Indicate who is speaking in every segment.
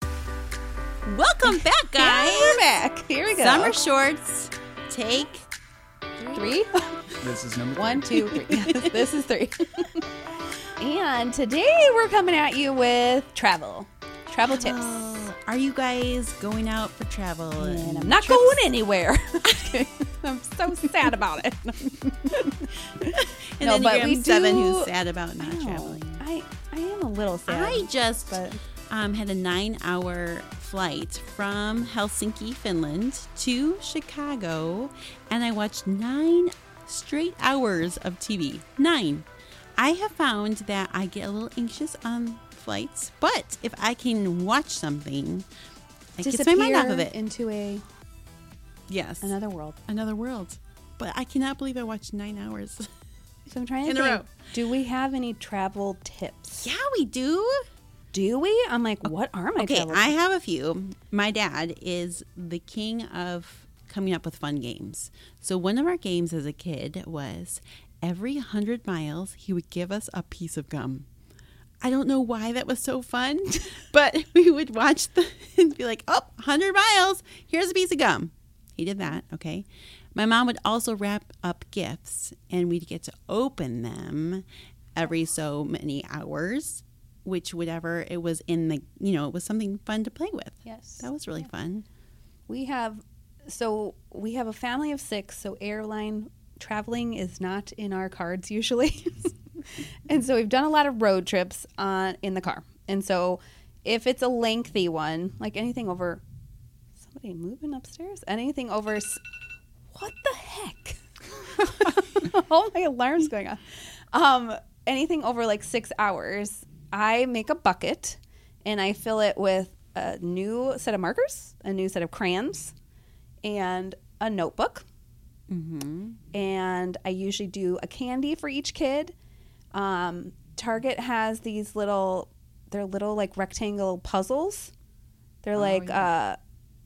Speaker 1: Welcome back, guys.
Speaker 2: We're back. Here we go.
Speaker 1: Summer shorts. Take
Speaker 2: three.
Speaker 3: This is number
Speaker 2: One, two, three. Yes, this is three. and today we're coming at you with travel, travel tips.
Speaker 1: Oh, Are you guys going out for travel?
Speaker 2: And
Speaker 1: And
Speaker 2: I'm not going anywhere. I'm so sad about it.
Speaker 1: and
Speaker 2: No,
Speaker 1: then
Speaker 2: but
Speaker 1: you
Speaker 2: we
Speaker 1: have seven
Speaker 2: do-
Speaker 1: who's sad about not traveling.
Speaker 2: I, Oh. I am a little sad.
Speaker 1: I just
Speaker 2: but-
Speaker 1: um, had a nine-hour flight from Helsinki, Finland, to Chicago, and I watched nine straight hours of TV. Nine. I have found that I get a little anxious on flights, but if I can watch something, it gets my mind off of
Speaker 2: Disappear
Speaker 1: it.
Speaker 2: into a
Speaker 1: Yes.
Speaker 2: another world.
Speaker 1: another world. But I cannot believe I watched nine hours.
Speaker 2: So I'm trying to
Speaker 1: In a
Speaker 2: think.
Speaker 1: row.
Speaker 2: Do we have any travel tips?
Speaker 1: Yeah, we do.
Speaker 2: Do we? I'm like, what are my
Speaker 1: Okay,
Speaker 2: travel?
Speaker 1: I have a few. My dad is the king of coming up with fun games. So one of our games as a kid was every 100 miles, he would give us a piece of gum. I don't know why that was so fun, but we would watch the and be like, "Oh, 100 miles, here's a piece of gum." He did that, okay? My mom would also wrap up gifts and we'd get to open them every so many hours, which whatever it was in the, you know, it was something fun to play with.
Speaker 2: Yes.
Speaker 1: That was really fun.
Speaker 2: We have so we have a family of six, so airline traveling is not in our cards usually. and so we've done a lot of road trips on in the car. And so if it's a lengthy one, like anything over somebody moving upstairs, anything over s- what the heck? oh my alarm's going on. Um, anything over like six hours, I make a bucket and I fill it with a new set of markers, a new set of crayons, and a notebook.
Speaker 1: Mhm.
Speaker 2: Mm-hmm. And I usually do a candy for each kid. Um, Target has these little, they're little like rectangle puzzles. They're like, uh,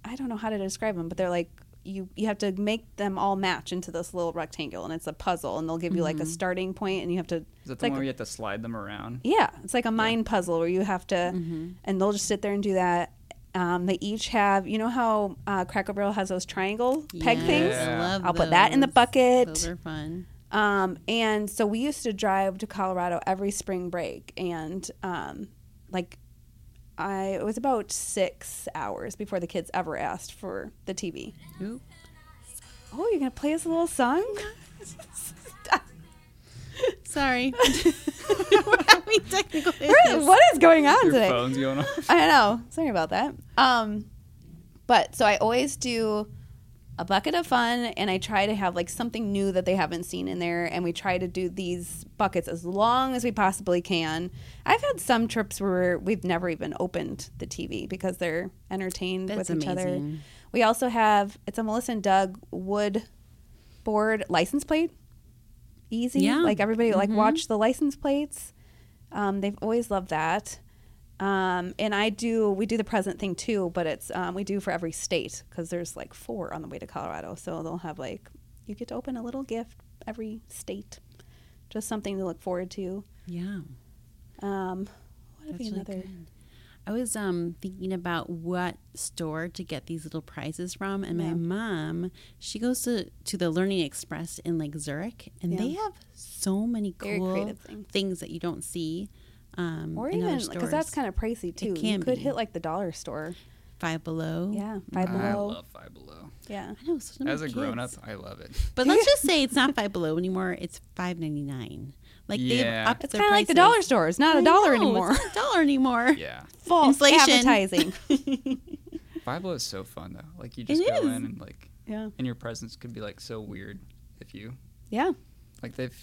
Speaker 2: I don't know how to describe them, but they're like you you have to make them all match into this little rectangle, and it's a puzzle, and they'll give you like a starting point, and you have to.
Speaker 3: Is that
Speaker 2: it's
Speaker 3: the
Speaker 2: like,
Speaker 3: one where you have to slide them around?
Speaker 2: yeah, it's like a mind puzzle where you have to,
Speaker 1: Mm-hmm.
Speaker 2: and they'll just sit there and do that. Um, they each have, you know how uh, Cracker Barrel has those triangle peg
Speaker 1: Yes,
Speaker 2: things.
Speaker 1: I love
Speaker 2: I'll put that in the
Speaker 1: those.
Speaker 2: bucket.
Speaker 1: Those are fun.
Speaker 2: Um, and so we used to drive to Colorado every spring break, and um, like I it was about six hours before the kids ever asked for the TV.
Speaker 1: Ooh.
Speaker 2: Oh, you're gonna play us a little song? Stop.
Speaker 1: Sorry. We're having technical
Speaker 2: What
Speaker 1: issues.
Speaker 2: what is going on
Speaker 3: Your
Speaker 2: today?
Speaker 3: phone's going off.
Speaker 2: I know. Sorry about that. Um, but so I always do a bucket of fun, and I try to have like something new that they haven't seen in there, and we try to do these buckets as long as we possibly can. I've had some trips where we've never even opened the TV because they're entertained
Speaker 1: That's
Speaker 2: with each other.
Speaker 1: amazing.
Speaker 2: We also have it's a Melissa and Doug wood board license plate. Easy,
Speaker 1: Yeah. Mm-hmm.
Speaker 2: like everybody like watch the license plates. Um, they've always loved that. Um, and I do, we do the present thing too, but it's, um, we do for every state because there's like four on the way to Colorado. So they'll have like, you get to open a little gift every state, just something to look forward to.
Speaker 1: Yeah.
Speaker 2: Um, what would
Speaker 1: That's
Speaker 2: be
Speaker 1: really
Speaker 2: another?
Speaker 1: good. I was um, thinking about what store to get these little prizes from, and
Speaker 2: Yeah.
Speaker 1: my mom, she goes to, to the Learning Express in like Zurich, and
Speaker 2: Yeah.
Speaker 1: they have so many
Speaker 2: Very
Speaker 1: cool
Speaker 2: creative thing.
Speaker 1: things that you don't see. Um,
Speaker 2: Or
Speaker 1: in
Speaker 2: even,
Speaker 1: other
Speaker 2: because that's
Speaker 1: stores.
Speaker 2: kind of pricey too. you
Speaker 1: can
Speaker 2: could
Speaker 1: be.
Speaker 2: hit like the dollar store.
Speaker 1: Five Below.
Speaker 2: Yeah. Five
Speaker 3: I
Speaker 2: below.
Speaker 3: love Five Below.
Speaker 2: yeah.
Speaker 1: I know. So many
Speaker 3: As a
Speaker 1: kids.
Speaker 3: grown up, I love it.
Speaker 1: but let's just say it's not Five Below anymore. It's five ninety nine. Like
Speaker 3: Yeah.
Speaker 1: they've upped
Speaker 2: It's
Speaker 1: their
Speaker 2: kind of like the
Speaker 1: prices.
Speaker 2: dollar store. It's not a
Speaker 1: I
Speaker 2: dollar
Speaker 1: know,
Speaker 2: anymore.
Speaker 1: It's not a dollar anymore.
Speaker 3: Yeah.
Speaker 2: False
Speaker 1: Inflation.
Speaker 2: advertising.
Speaker 3: Five Below is so fun though. Like you just
Speaker 1: It
Speaker 3: go
Speaker 1: is.
Speaker 3: in and like
Speaker 2: yeah.
Speaker 3: and your presents could be like so weird if you
Speaker 2: Yeah.
Speaker 3: like they've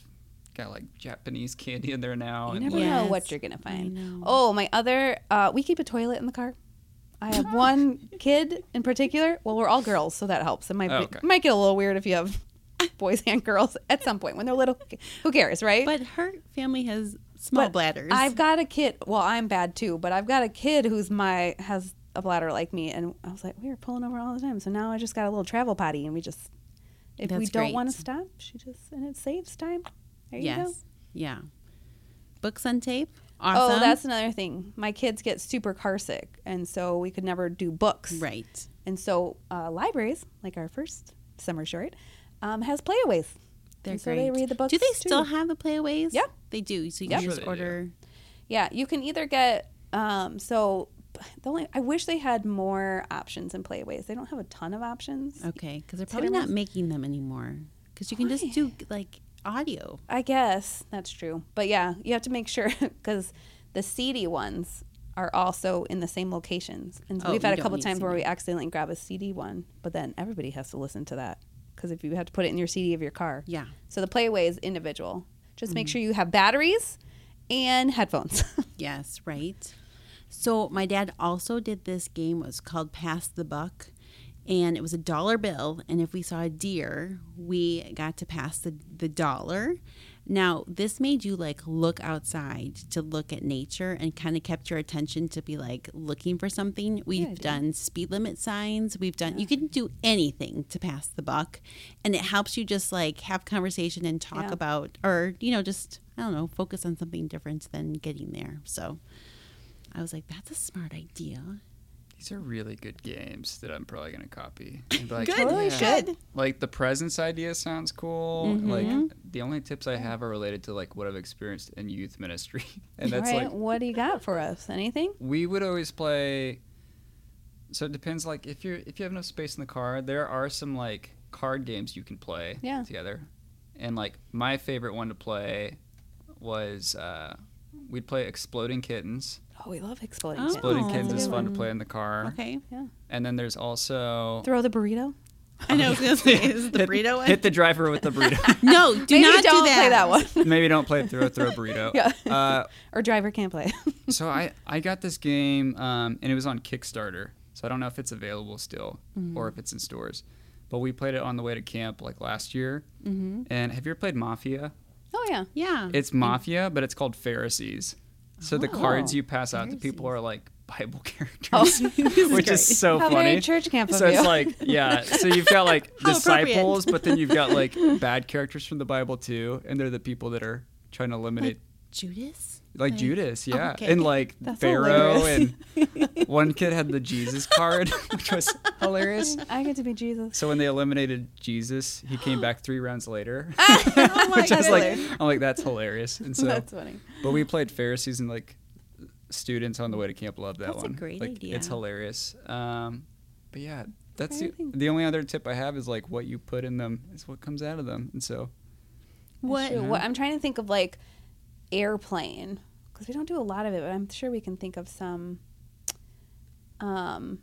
Speaker 3: got like Japanese candy in there now.
Speaker 2: You
Speaker 3: and
Speaker 2: never
Speaker 3: like,
Speaker 2: know
Speaker 1: Yes.
Speaker 2: what you're gonna find.
Speaker 1: know.
Speaker 2: Oh, my other. Uh, we keep a toilet in the car. I have one kid in particular. Well, we're all girls, so that helps. It might be,
Speaker 3: Oh, okay.
Speaker 2: might get a little weird if you have boys and girls at some point when they're little. Who cares, right?
Speaker 1: But her family has small
Speaker 2: But
Speaker 1: bladders.
Speaker 2: I've got a kid. Well, I'm bad too, but I've got a kid who's my has a bladder like me, and I was like, we were pulling over all the time. So now I just got a little travel potty, and we just if we
Speaker 1: That's
Speaker 2: don't
Speaker 1: great.
Speaker 2: want to stop, she just and it saves time. There you
Speaker 1: yes.
Speaker 2: go.
Speaker 1: Yeah. Books on tape. Awesome.
Speaker 2: Oh, that's another thing. My kids get super car sick, and so we could never do books.
Speaker 1: right.
Speaker 2: And so uh, libraries, like our first summer short, um, has playaways.
Speaker 1: They're
Speaker 2: and so
Speaker 1: great.
Speaker 2: they read the books.
Speaker 1: Do they
Speaker 2: too.
Speaker 1: still have the playaways?
Speaker 2: Yeah.
Speaker 1: they do. So you can
Speaker 3: I'm sure they
Speaker 1: just
Speaker 3: do.
Speaker 1: order.
Speaker 2: Yeah, you can either get um, so the only I wish they had more options in playaways. They don't have a ton of options.
Speaker 1: Okay, because they're probably not
Speaker 2: Cinemas?
Speaker 1: making them anymore. Because you can
Speaker 2: Why?
Speaker 1: just do like audio.
Speaker 2: I guess that's true. But yeah, you have to make sure because the CD ones are also in the same locations. And so
Speaker 1: Oh,
Speaker 2: we've had
Speaker 1: you
Speaker 2: a
Speaker 1: don't
Speaker 2: couple
Speaker 1: need
Speaker 2: times where
Speaker 1: CD.
Speaker 2: we accidentally grab a CD one, but then everybody has to listen to that because if you have to put it in your CD of your car.
Speaker 1: Yeah. Mm-hmm.
Speaker 2: So the playaway is individual. Just make sure you have batteries and headphones.
Speaker 1: Yes, right. So my dad also did this game. It was called Pass the Buck, and it was a dollar bill. And if we saw a deer, we got to pass the, the dollar. Now this made you like look outside to look at nature and kind of kept your attention to be like looking for something. We've
Speaker 2: idea.
Speaker 1: done speed limit signs. We've done you can do anything to pass the buck, and it helps you just like have conversation and talk
Speaker 2: Yeah.
Speaker 1: about or you know just I don't know focus on something different than getting there. So I was like, that's a smart idea.
Speaker 3: These are really good games that I'm probably gonna copy. And be like,
Speaker 1: Good,
Speaker 2: Totally
Speaker 3: "Yeah."
Speaker 2: should.
Speaker 3: Like the presence idea sounds cool. Like
Speaker 2: Mm-hmm.
Speaker 3: the only tips I have are related to like what I've experienced in youth ministry, and that's
Speaker 2: All
Speaker 3: like
Speaker 2: right, what do you got for us? Anything?
Speaker 3: we would always play so it depends like if you're if you have enough space in the car there are some like card games you can play
Speaker 2: Yeah.
Speaker 3: together and like my favorite one to play was uh we'd play exploding kittens
Speaker 2: Oh, we love exploding.
Speaker 1: Oh.
Speaker 2: Kittens.
Speaker 3: exploding
Speaker 1: that's a
Speaker 3: kittens is
Speaker 1: good
Speaker 3: fun
Speaker 1: one.
Speaker 3: to play in the car
Speaker 1: Okay.
Speaker 3: and then there's also
Speaker 2: Throw the burrito.
Speaker 1: I know. I was gonna say, is the
Speaker 3: hit,
Speaker 1: burrito one?
Speaker 3: hit the driver with the burrito
Speaker 1: no, do
Speaker 2: Maybe
Speaker 1: not
Speaker 2: don't
Speaker 1: do that.
Speaker 2: play that one.
Speaker 3: maybe don't play throw throw burrito
Speaker 2: Yeah.
Speaker 3: uh
Speaker 2: or driver can't play.
Speaker 3: so I, I got this game um, and it was on Kickstarter. So I don't know if it's available still or if it's in stores. But we played it on the way to camp like last year. Mm-hmm. And have you ever played Mafia?
Speaker 2: oh yeah.
Speaker 1: Yeah.
Speaker 3: It's Mafia, but it's called Pharisees. So the cards you pass out to people
Speaker 1: Pharisees.
Speaker 3: are like Bible characters,
Speaker 1: is
Speaker 3: which
Speaker 1: great.
Speaker 3: is so
Speaker 2: How
Speaker 3: funny.
Speaker 2: very church camp of
Speaker 3: so it's
Speaker 2: you.
Speaker 3: like yeah, so you've got like
Speaker 1: How appropriate.
Speaker 3: disciples, but then you've got like bad characters from the Bible too, and they're the people that are trying to eliminate
Speaker 1: Judas.
Speaker 3: like Judas, yeah,
Speaker 1: okay.
Speaker 3: and like
Speaker 2: That's
Speaker 3: Pharaoh, and one kid had the Jesus card, which was hilarious.
Speaker 2: I get to be Jesus.
Speaker 3: So when they eliminated Jesus, he came back three rounds later,
Speaker 1: oh my
Speaker 3: which is like
Speaker 2: hilarious.
Speaker 3: I'm like that's hilarious. And so,
Speaker 2: That's funny.
Speaker 3: but we played Pharisees and like students on the way to camp love that
Speaker 1: That's a
Speaker 3: one.
Speaker 1: great
Speaker 3: like,
Speaker 1: idea.
Speaker 3: It's hilarious. Um, but yeah, that's
Speaker 2: Trying to
Speaker 3: the,
Speaker 2: think.
Speaker 3: the only other tip I have is like what you put in them is what comes out of them, and so
Speaker 1: what?
Speaker 2: Shoot, what I'm trying to think of like airplane because we don't do a lot of it, but I'm sure we can think of some. Um,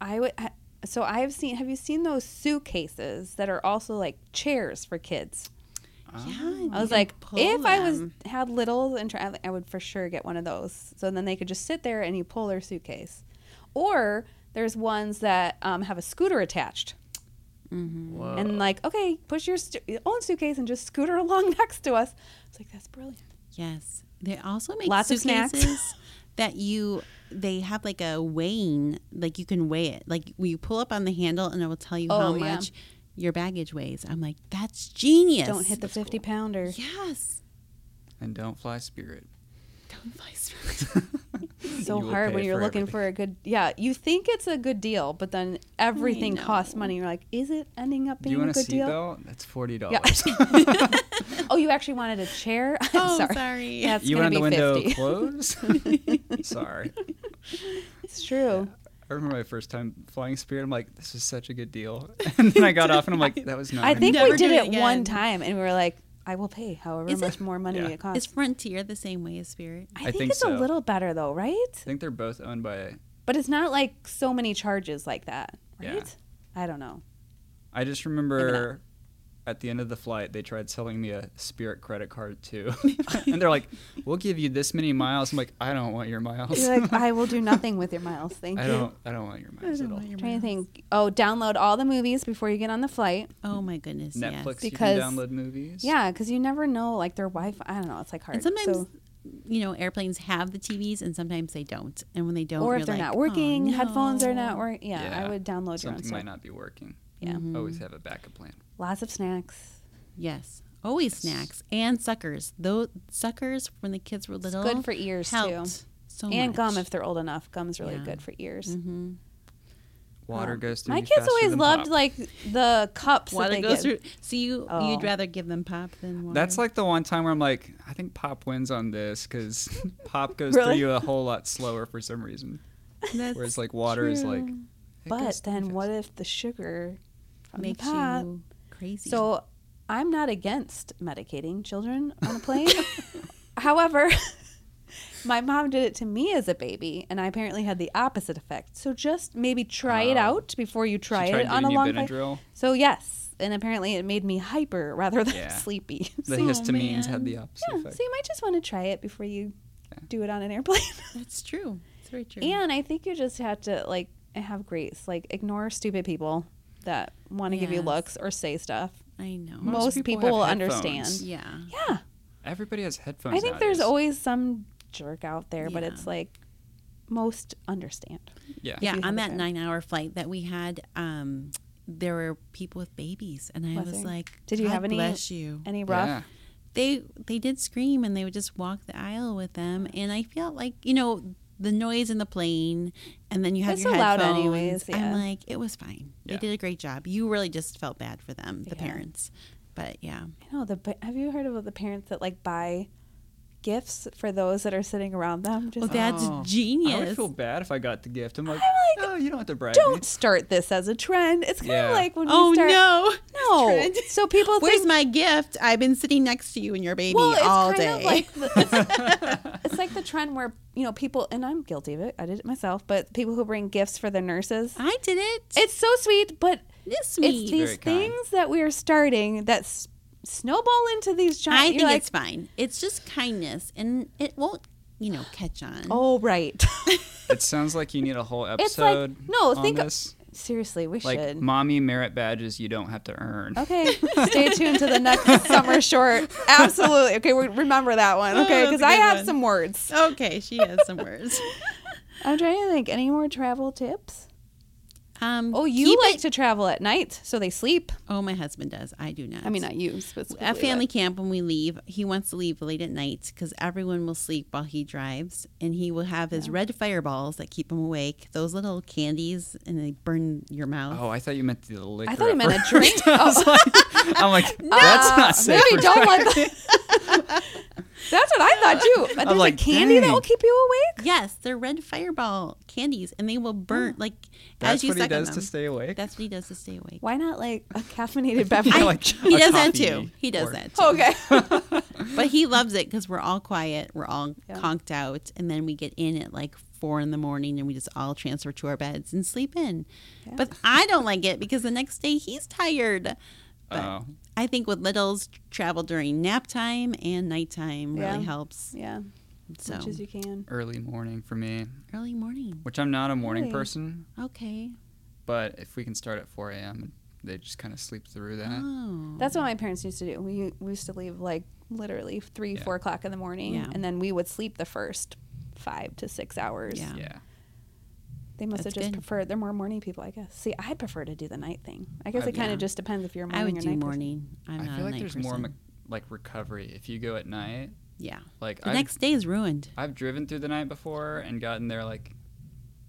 Speaker 2: I would. I, so I have seen. Have you seen those suitcases that are also like chairs for kids?
Speaker 1: Yeah.
Speaker 2: I was like, if I was had littles and traveling, I would for sure get one of those. So then they could just sit there and you pull their suitcase, or there's ones that um, have a scooter attached.
Speaker 1: Mm-hmm.
Speaker 3: Whoa.
Speaker 2: and like, okay, push your stu- your own suitcase and just scooter along next to us. It's like that's brilliant.
Speaker 1: Yes. They also make
Speaker 2: Lots of snacks.
Speaker 1: suitcases that you they have like a weighing like you can weigh it. Like you pull up on the handle and it will tell you how
Speaker 2: Oh, yeah.
Speaker 1: much your baggage weighs. I'm like, that's genius.
Speaker 2: Don't hit the fifty pounder.
Speaker 1: Yes.
Speaker 3: and don't fly spirit.
Speaker 1: Don't fly
Speaker 2: so
Speaker 3: You will
Speaker 2: hard when
Speaker 3: pay
Speaker 2: you're
Speaker 3: for
Speaker 2: looking
Speaker 3: everything.
Speaker 2: for a good. Yeah, you think it's a good deal, but then everything
Speaker 1: know.
Speaker 2: costs money. You're like, is it ending up
Speaker 3: Do
Speaker 2: being
Speaker 3: you
Speaker 2: a
Speaker 3: want to
Speaker 2: good
Speaker 3: see
Speaker 2: deal?
Speaker 3: though? That's forty dollars.
Speaker 2: Oh, you actually wanted a chair. I'm
Speaker 1: Oh,
Speaker 2: sorry.
Speaker 1: sorry.
Speaker 2: That's
Speaker 3: you
Speaker 2: gonna
Speaker 3: wanted
Speaker 2: be
Speaker 3: the window
Speaker 2: fifty.
Speaker 3: closed? Sorry.
Speaker 2: It's true.
Speaker 3: I remember my first time flying Spirit. I'm like, this is such a good deal. And then I got off and I'm like, that was not.
Speaker 2: I
Speaker 3: a good
Speaker 2: think
Speaker 3: deal.
Speaker 1: Never
Speaker 2: we did
Speaker 1: do
Speaker 2: it,
Speaker 1: it
Speaker 2: one
Speaker 1: again.
Speaker 2: time, and we were like, I will pay however
Speaker 1: Is it-
Speaker 2: much more money
Speaker 3: Yeah.
Speaker 2: it costs.
Speaker 1: Is Frontier the same way as Spirit?
Speaker 2: I,
Speaker 3: I
Speaker 2: think,
Speaker 3: think
Speaker 2: it's a
Speaker 3: so.
Speaker 2: little better though, right?
Speaker 3: I think they're both owned by.
Speaker 2: But it's not like so many charges like that,
Speaker 3: Yeah.
Speaker 2: right? I don't know.
Speaker 3: I just remember at the end of the flight, they tried selling me a Spirit credit card too. and they're like, we'll give you this many miles. I'm like, I don't want your miles.
Speaker 2: You're like, I will do nothing with your miles. Thank
Speaker 3: I
Speaker 2: you.
Speaker 3: don't. I don't want your miles at all.
Speaker 2: trying to think. Oh, download all the movies before you get on the flight.
Speaker 1: Oh my goodness.
Speaker 3: Netflix,
Speaker 1: Yes.
Speaker 3: you can
Speaker 2: Because-
Speaker 3: download movies.
Speaker 2: Yeah, because you never know. Like their Wi-Fi. I don't know. It's like hard.
Speaker 1: And sometimes
Speaker 2: So-
Speaker 1: you know, airplanes have the TVs and sometimes they don't. And when they don't,
Speaker 2: or if
Speaker 1: you're
Speaker 2: they're
Speaker 1: like,
Speaker 2: not working,
Speaker 1: "Oh, no."
Speaker 2: headphones are not working. Yeah, I
Speaker 3: Yeah.
Speaker 2: would download your own Mm-hmm. stuff.
Speaker 3: Something
Speaker 1: Mm-hmm.
Speaker 3: might not be working.
Speaker 2: Yeah,
Speaker 3: Always have a backup plan.
Speaker 2: lots of snacks.
Speaker 1: Yes. Always snacks and suckers. Though suckers when the kids were little,
Speaker 2: good for ears, too.
Speaker 1: helped So
Speaker 2: and
Speaker 1: much.
Speaker 2: gum if they're old enough. Gum's really
Speaker 1: Yeah.
Speaker 2: good for ears.
Speaker 1: Mhm.
Speaker 3: Water goes through.
Speaker 2: My
Speaker 3: you
Speaker 2: kids
Speaker 3: faster
Speaker 2: always
Speaker 3: than
Speaker 2: loved
Speaker 3: pop.
Speaker 2: like the cups
Speaker 1: Water
Speaker 2: that they
Speaker 1: goes
Speaker 2: get.
Speaker 1: through. So you
Speaker 2: Oh.
Speaker 1: you'd rather give them pop than water.
Speaker 3: That's like the one time where I'm like, I think Pop wins on this because Pop goes
Speaker 2: Really?
Speaker 3: through you a whole lot slower for some reason.
Speaker 1: That's
Speaker 3: Whereas like water is like.
Speaker 1: true.
Speaker 3: it
Speaker 2: But
Speaker 3: goes
Speaker 2: then
Speaker 3: fast.
Speaker 2: what if the sugar from the
Speaker 1: makes
Speaker 2: pot?
Speaker 1: you crazy.
Speaker 2: So I'm not against medicating children on a plane. However, my mom did it to me as a baby, and I apparently had the opposite effect. So just maybe try it
Speaker 3: Oh.
Speaker 2: out before you
Speaker 3: She
Speaker 2: try
Speaker 3: tried
Speaker 2: it on a
Speaker 3: giving you
Speaker 2: long flight.
Speaker 3: Benadryl.
Speaker 2: So yes, and apparently it made me hyper rather than
Speaker 3: Yeah.
Speaker 2: sleepy.
Speaker 3: The
Speaker 1: Oh,
Speaker 3: histamines
Speaker 1: man.
Speaker 3: had the opposite
Speaker 2: Yeah,
Speaker 3: effect.
Speaker 2: so you might just want to try it before you
Speaker 3: Yeah.
Speaker 2: do it on an airplane.
Speaker 1: that's true. It's very true.
Speaker 2: and I think you just have to like have grace, like ignore stupid people that want to give you
Speaker 1: Yes.
Speaker 2: looks or say stuff.
Speaker 1: I know.
Speaker 2: most people
Speaker 3: have
Speaker 2: will
Speaker 3: headphones.
Speaker 2: understand.
Speaker 1: yeah.
Speaker 2: Yeah,
Speaker 3: Everybody has headphones.
Speaker 2: I think there's
Speaker 3: nowadays.
Speaker 2: always some jerk out there, but
Speaker 1: Yeah.
Speaker 2: it's like most understand.
Speaker 3: Yeah.
Speaker 1: yeah
Speaker 2: you have
Speaker 1: on
Speaker 2: a
Speaker 1: that
Speaker 2: family.
Speaker 1: nine hour flight that we had um there were people with babies and i
Speaker 2: Was
Speaker 1: was
Speaker 2: there?
Speaker 1: like
Speaker 2: Did you
Speaker 1: "God
Speaker 2: have any-
Speaker 1: bless you
Speaker 2: Any rough?
Speaker 3: Yeah.
Speaker 1: they they did scream and they would just walk the aisle with them and i felt like you know the noise in the plane and then you have
Speaker 2: It's
Speaker 1: your
Speaker 2: allowed
Speaker 1: headphones
Speaker 2: anyways, yeah.
Speaker 1: i'm like it was fine
Speaker 3: Yeah.
Speaker 1: they did a great job you really just felt bad for them the
Speaker 2: Yeah.
Speaker 1: parents but yeah
Speaker 2: I know the. pa- Have you heard of the parents that like buy gifts for those that are sitting around them? Just
Speaker 1: well
Speaker 2: like,
Speaker 1: that's
Speaker 3: Oh. I would
Speaker 1: genius
Speaker 3: feel bad if I got the gift. I'm like,
Speaker 2: I'm like,
Speaker 3: oh, you don't have to brag.
Speaker 2: don't start this as a trend. It's kind
Speaker 3: Yeah.
Speaker 2: of like when we
Speaker 1: oh
Speaker 2: start.
Speaker 1: no
Speaker 2: No.
Speaker 1: Trend.
Speaker 2: So people
Speaker 1: where's
Speaker 2: think,
Speaker 1: my gift i've been sitting next to you and your baby
Speaker 2: well, it's
Speaker 1: all
Speaker 2: kind
Speaker 1: day
Speaker 2: of like the, it's, it's like the trend where you know people and I'm guilty of it. I did it myself, but people who bring gifts for their nurses.
Speaker 1: i did it
Speaker 2: It's so sweet, but
Speaker 1: it's
Speaker 2: it's
Speaker 1: me
Speaker 2: these
Speaker 3: Very kind.
Speaker 2: things that we are starting that s- snowball into these giant.
Speaker 1: I
Speaker 2: you're
Speaker 1: think
Speaker 2: like,
Speaker 1: it's fine. It's just kindness, and it won't, you know, catch on.
Speaker 2: oh right.
Speaker 3: It sounds like you need a whole
Speaker 2: It's like,
Speaker 3: episode.
Speaker 2: no,
Speaker 3: on
Speaker 2: think-
Speaker 3: this.
Speaker 2: Seriously, we
Speaker 3: like
Speaker 2: should.
Speaker 3: mommy merit badges you don't have to earn.
Speaker 2: Okay, stay tuned to the next summer short. Absolutely. Okay, we remember that one. Okay,
Speaker 1: Oh, that's
Speaker 2: because
Speaker 1: a
Speaker 2: I
Speaker 1: good
Speaker 2: have
Speaker 1: one.
Speaker 2: some words.
Speaker 1: Okay, she has some words.
Speaker 2: I'm trying to think. Any more travel tips?
Speaker 1: Um,
Speaker 2: Oh, you
Speaker 1: keep
Speaker 2: like
Speaker 1: it-
Speaker 2: to travel at night, so they sleep.
Speaker 1: Oh, my husband does. I do not.
Speaker 2: I mean, not you specifically.
Speaker 1: at family camp when we leave, he wants to leave late at night because everyone will sleep while he drives, and he will have his red fireballs that keep him awake. Those little candies, and they burn your mouth.
Speaker 3: Oh, I thought you meant the liquor.
Speaker 2: I thought he
Speaker 3: at
Speaker 2: meant a
Speaker 3: first.
Speaker 2: drink.
Speaker 3: I was like, I'm like, that's
Speaker 2: Uh,
Speaker 3: not safe.
Speaker 2: Maybe don't let. The- That's what I thought too. There's
Speaker 3: like,
Speaker 2: a candy that
Speaker 3: dang.
Speaker 2: will keep you
Speaker 3: Oh.
Speaker 2: awake.
Speaker 1: Yes, they're red fireball candies, and they will burn like
Speaker 3: That's
Speaker 1: as you
Speaker 3: what
Speaker 1: suck
Speaker 3: he does
Speaker 1: on
Speaker 3: to
Speaker 1: them.
Speaker 3: stay awake.
Speaker 1: That's what he does to stay awake.
Speaker 2: Why not like a caffeinated
Speaker 3: I
Speaker 2: beverage?
Speaker 3: like
Speaker 1: He
Speaker 3: a
Speaker 1: does that
Speaker 3: coffee
Speaker 1: too. He does
Speaker 3: or-
Speaker 1: that too.
Speaker 2: okay.
Speaker 1: But he loves it because we're all quiet, we're all
Speaker 2: Yeah.
Speaker 1: conked out, and then we get in at like four in the morning, and we just all transfer to our beds and sleep in.
Speaker 2: Yeah.
Speaker 1: But I don't like it because the next day he's tired. But
Speaker 3: Oh.
Speaker 1: I think with littles, travel during nap time and nighttime
Speaker 2: Yeah.
Speaker 1: really helps.
Speaker 2: Yeah, as
Speaker 1: So
Speaker 2: much as you can.
Speaker 3: Early morning for me,
Speaker 1: early morning,
Speaker 3: which I'm not a morning
Speaker 2: Really?
Speaker 3: person,
Speaker 1: okay.
Speaker 3: but if we can start at 4 a.m., they just kind of sleep through that.
Speaker 1: Oh,
Speaker 2: That's what my parents used to do. We, we used to leave like literally three,
Speaker 3: Yeah.
Speaker 2: four o'clock in the morning,
Speaker 1: Yeah.
Speaker 2: and then we would sleep the first five to six hours.
Speaker 1: Oh, Yeah.
Speaker 3: Yeah.
Speaker 2: They must
Speaker 1: That's
Speaker 2: have just
Speaker 1: good.
Speaker 2: preferred. They're more morning people, I guess. See, I prefer to do the night thing. I guess
Speaker 3: I-
Speaker 2: it kind of
Speaker 1: Yeah.
Speaker 2: just depends if you're a morning
Speaker 1: I would
Speaker 2: or
Speaker 1: do
Speaker 2: night person.
Speaker 1: morning. I'm
Speaker 3: I
Speaker 1: not
Speaker 3: feel
Speaker 1: a
Speaker 3: like
Speaker 1: night
Speaker 3: there's
Speaker 1: person.
Speaker 3: more me- like recovery. If you go at night,
Speaker 1: yeah,
Speaker 3: like
Speaker 1: the
Speaker 3: I've,
Speaker 1: next day is ruined.
Speaker 3: I've driven through the night before and gotten there like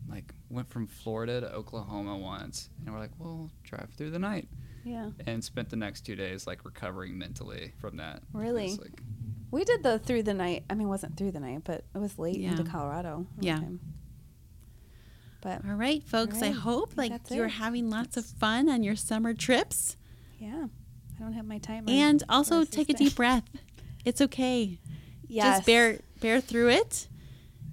Speaker 3: like went from Florida to Oklahoma once and we're like, "Well, drive through the night."
Speaker 2: Yeah.
Speaker 3: And spent the next 2 days like recovering mentally from that. It was,
Speaker 2: Really?
Speaker 3: like,
Speaker 2: We did the through the night. I mean, it wasn't through the night, but it was late
Speaker 1: Yeah.
Speaker 2: into Colorado. one
Speaker 1: Yeah.
Speaker 2: time. But
Speaker 1: All right, folks. I
Speaker 2: right.
Speaker 1: hope
Speaker 2: think
Speaker 1: like
Speaker 2: that's
Speaker 1: you're
Speaker 2: it.
Speaker 1: having lots of fun on your summer trips.
Speaker 2: yeah, I don't have my timer.
Speaker 1: and
Speaker 2: for
Speaker 1: also take a
Speaker 2: assisting.
Speaker 1: deep breath. It's okay.
Speaker 2: Yes.
Speaker 1: Just bear bear through it,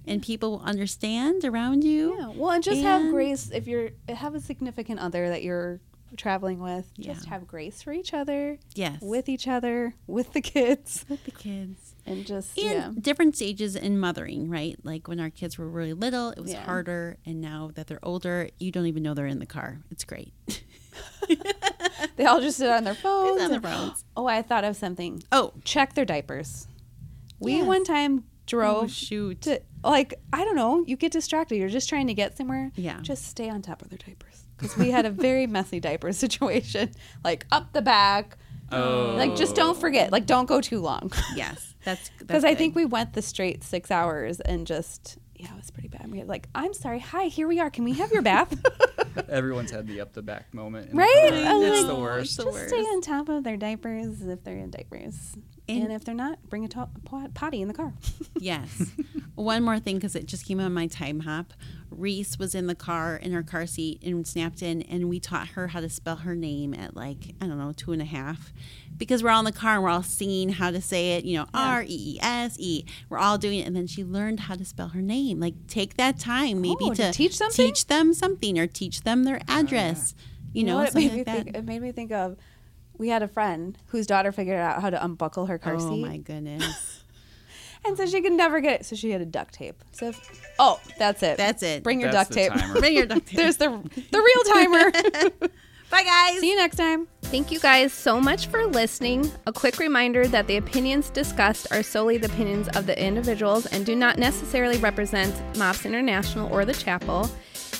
Speaker 1: and people will understand around you.
Speaker 2: Yeah. Well, and just have
Speaker 1: And-
Speaker 2: grace if you're have a significant other that you're traveling with. Just
Speaker 1: Yeah.
Speaker 2: have grace for each other,
Speaker 1: Yes,
Speaker 2: with each other, with the kids,
Speaker 1: with the kids
Speaker 2: and just
Speaker 1: and
Speaker 2: yeah.
Speaker 1: different stages in mothering. Right, like when our kids were really little, it was
Speaker 2: Yeah.
Speaker 1: harder, and now that they're older, you don't even know they're in the car. It's great.
Speaker 2: They all just sit on their phones.
Speaker 1: on their
Speaker 2: and-
Speaker 1: phones.
Speaker 2: Oh, I thought of something.
Speaker 1: Oh,
Speaker 2: Check their diapers. We
Speaker 1: Yes.
Speaker 2: one time
Speaker 1: oh
Speaker 2: drove
Speaker 1: shoot!
Speaker 2: to like I don't know. You get distracted. You're just trying to get somewhere.
Speaker 1: Yeah.
Speaker 2: Just stay on top of their diapers because we had a very messy diaper situation. Like up the back,
Speaker 3: Oh.
Speaker 4: Like, just don't forget. Like, don't go too long.
Speaker 1: Yes, that's that's
Speaker 4: Because I
Speaker 1: good.
Speaker 4: think we went the straight six hours and just, yeah, it was pretty bad. We had like, I'm sorry. Hi, here we are. Can we have your bath?
Speaker 3: Everyone's had the up the back moment. in the
Speaker 4: Right?
Speaker 3: car.
Speaker 1: I
Speaker 4: I'm
Speaker 3: It's
Speaker 1: know.
Speaker 3: the
Speaker 1: It's
Speaker 3: worst.
Speaker 1: the
Speaker 4: Just stay
Speaker 1: worst.
Speaker 4: on top of their diapers if they're in diapers. And,
Speaker 1: And-
Speaker 4: if they're not, bring a to- pot- potty in the car.
Speaker 1: Yes. One more thing because it just came on my time hop. Reese was in the car in her car seat and snapped in, and we taught her how to spell her name at like I don't know two and a half, because we're all in the car and we're all singing how to say it. You know, R E E S E. We're all doing it, and then she learned how to spell her name. Like take that time maybe
Speaker 4: Oh, to
Speaker 1: to,
Speaker 4: teach something? Oh,
Speaker 1: teach them something, or teach them their address. You know,
Speaker 4: what it
Speaker 1: something
Speaker 4: made me
Speaker 1: like that.
Speaker 4: think? It made me think of we had a friend whose daughter figured out how to unbuckle her car
Speaker 1: oh
Speaker 4: seat,
Speaker 1: my goodness,
Speaker 4: and so she could never get it. So she had a duct tape. So, if, oh, that's it.
Speaker 1: That's it.
Speaker 4: Bring your
Speaker 3: That's
Speaker 4: duct
Speaker 3: the
Speaker 4: tape.
Speaker 3: timer.
Speaker 1: bring your duck.
Speaker 4: There's the the real timer.
Speaker 1: Bye guys.
Speaker 4: See you next time.
Speaker 2: Thank you guys so much for listening. A quick reminder that the opinions discussed are solely the opinions of the individuals and do not necessarily represent MOPS International or the chapel.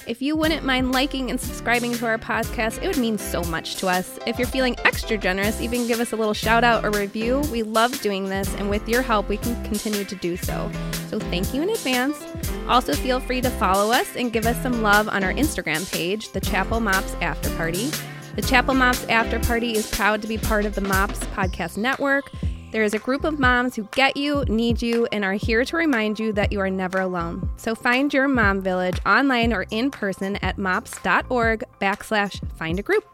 Speaker 2: If you wouldn't mind liking and subscribing to our podcast, it would mean so much to us. If you're feeling extra generous, even give us a little shout out or review. We love doing this, and with your help, we can continue to do so. So thank you in advance. Also, feel free to follow us and give us some love on our Instagram page, the Chapel Mops After Party. The Chapel Mops After Party is proud to be part of the Mops Podcast Network. There is a group of moms who get you, need you, and are here to remind you that you are never alone. So find your mom village online or in person at mops.org backslash find a group.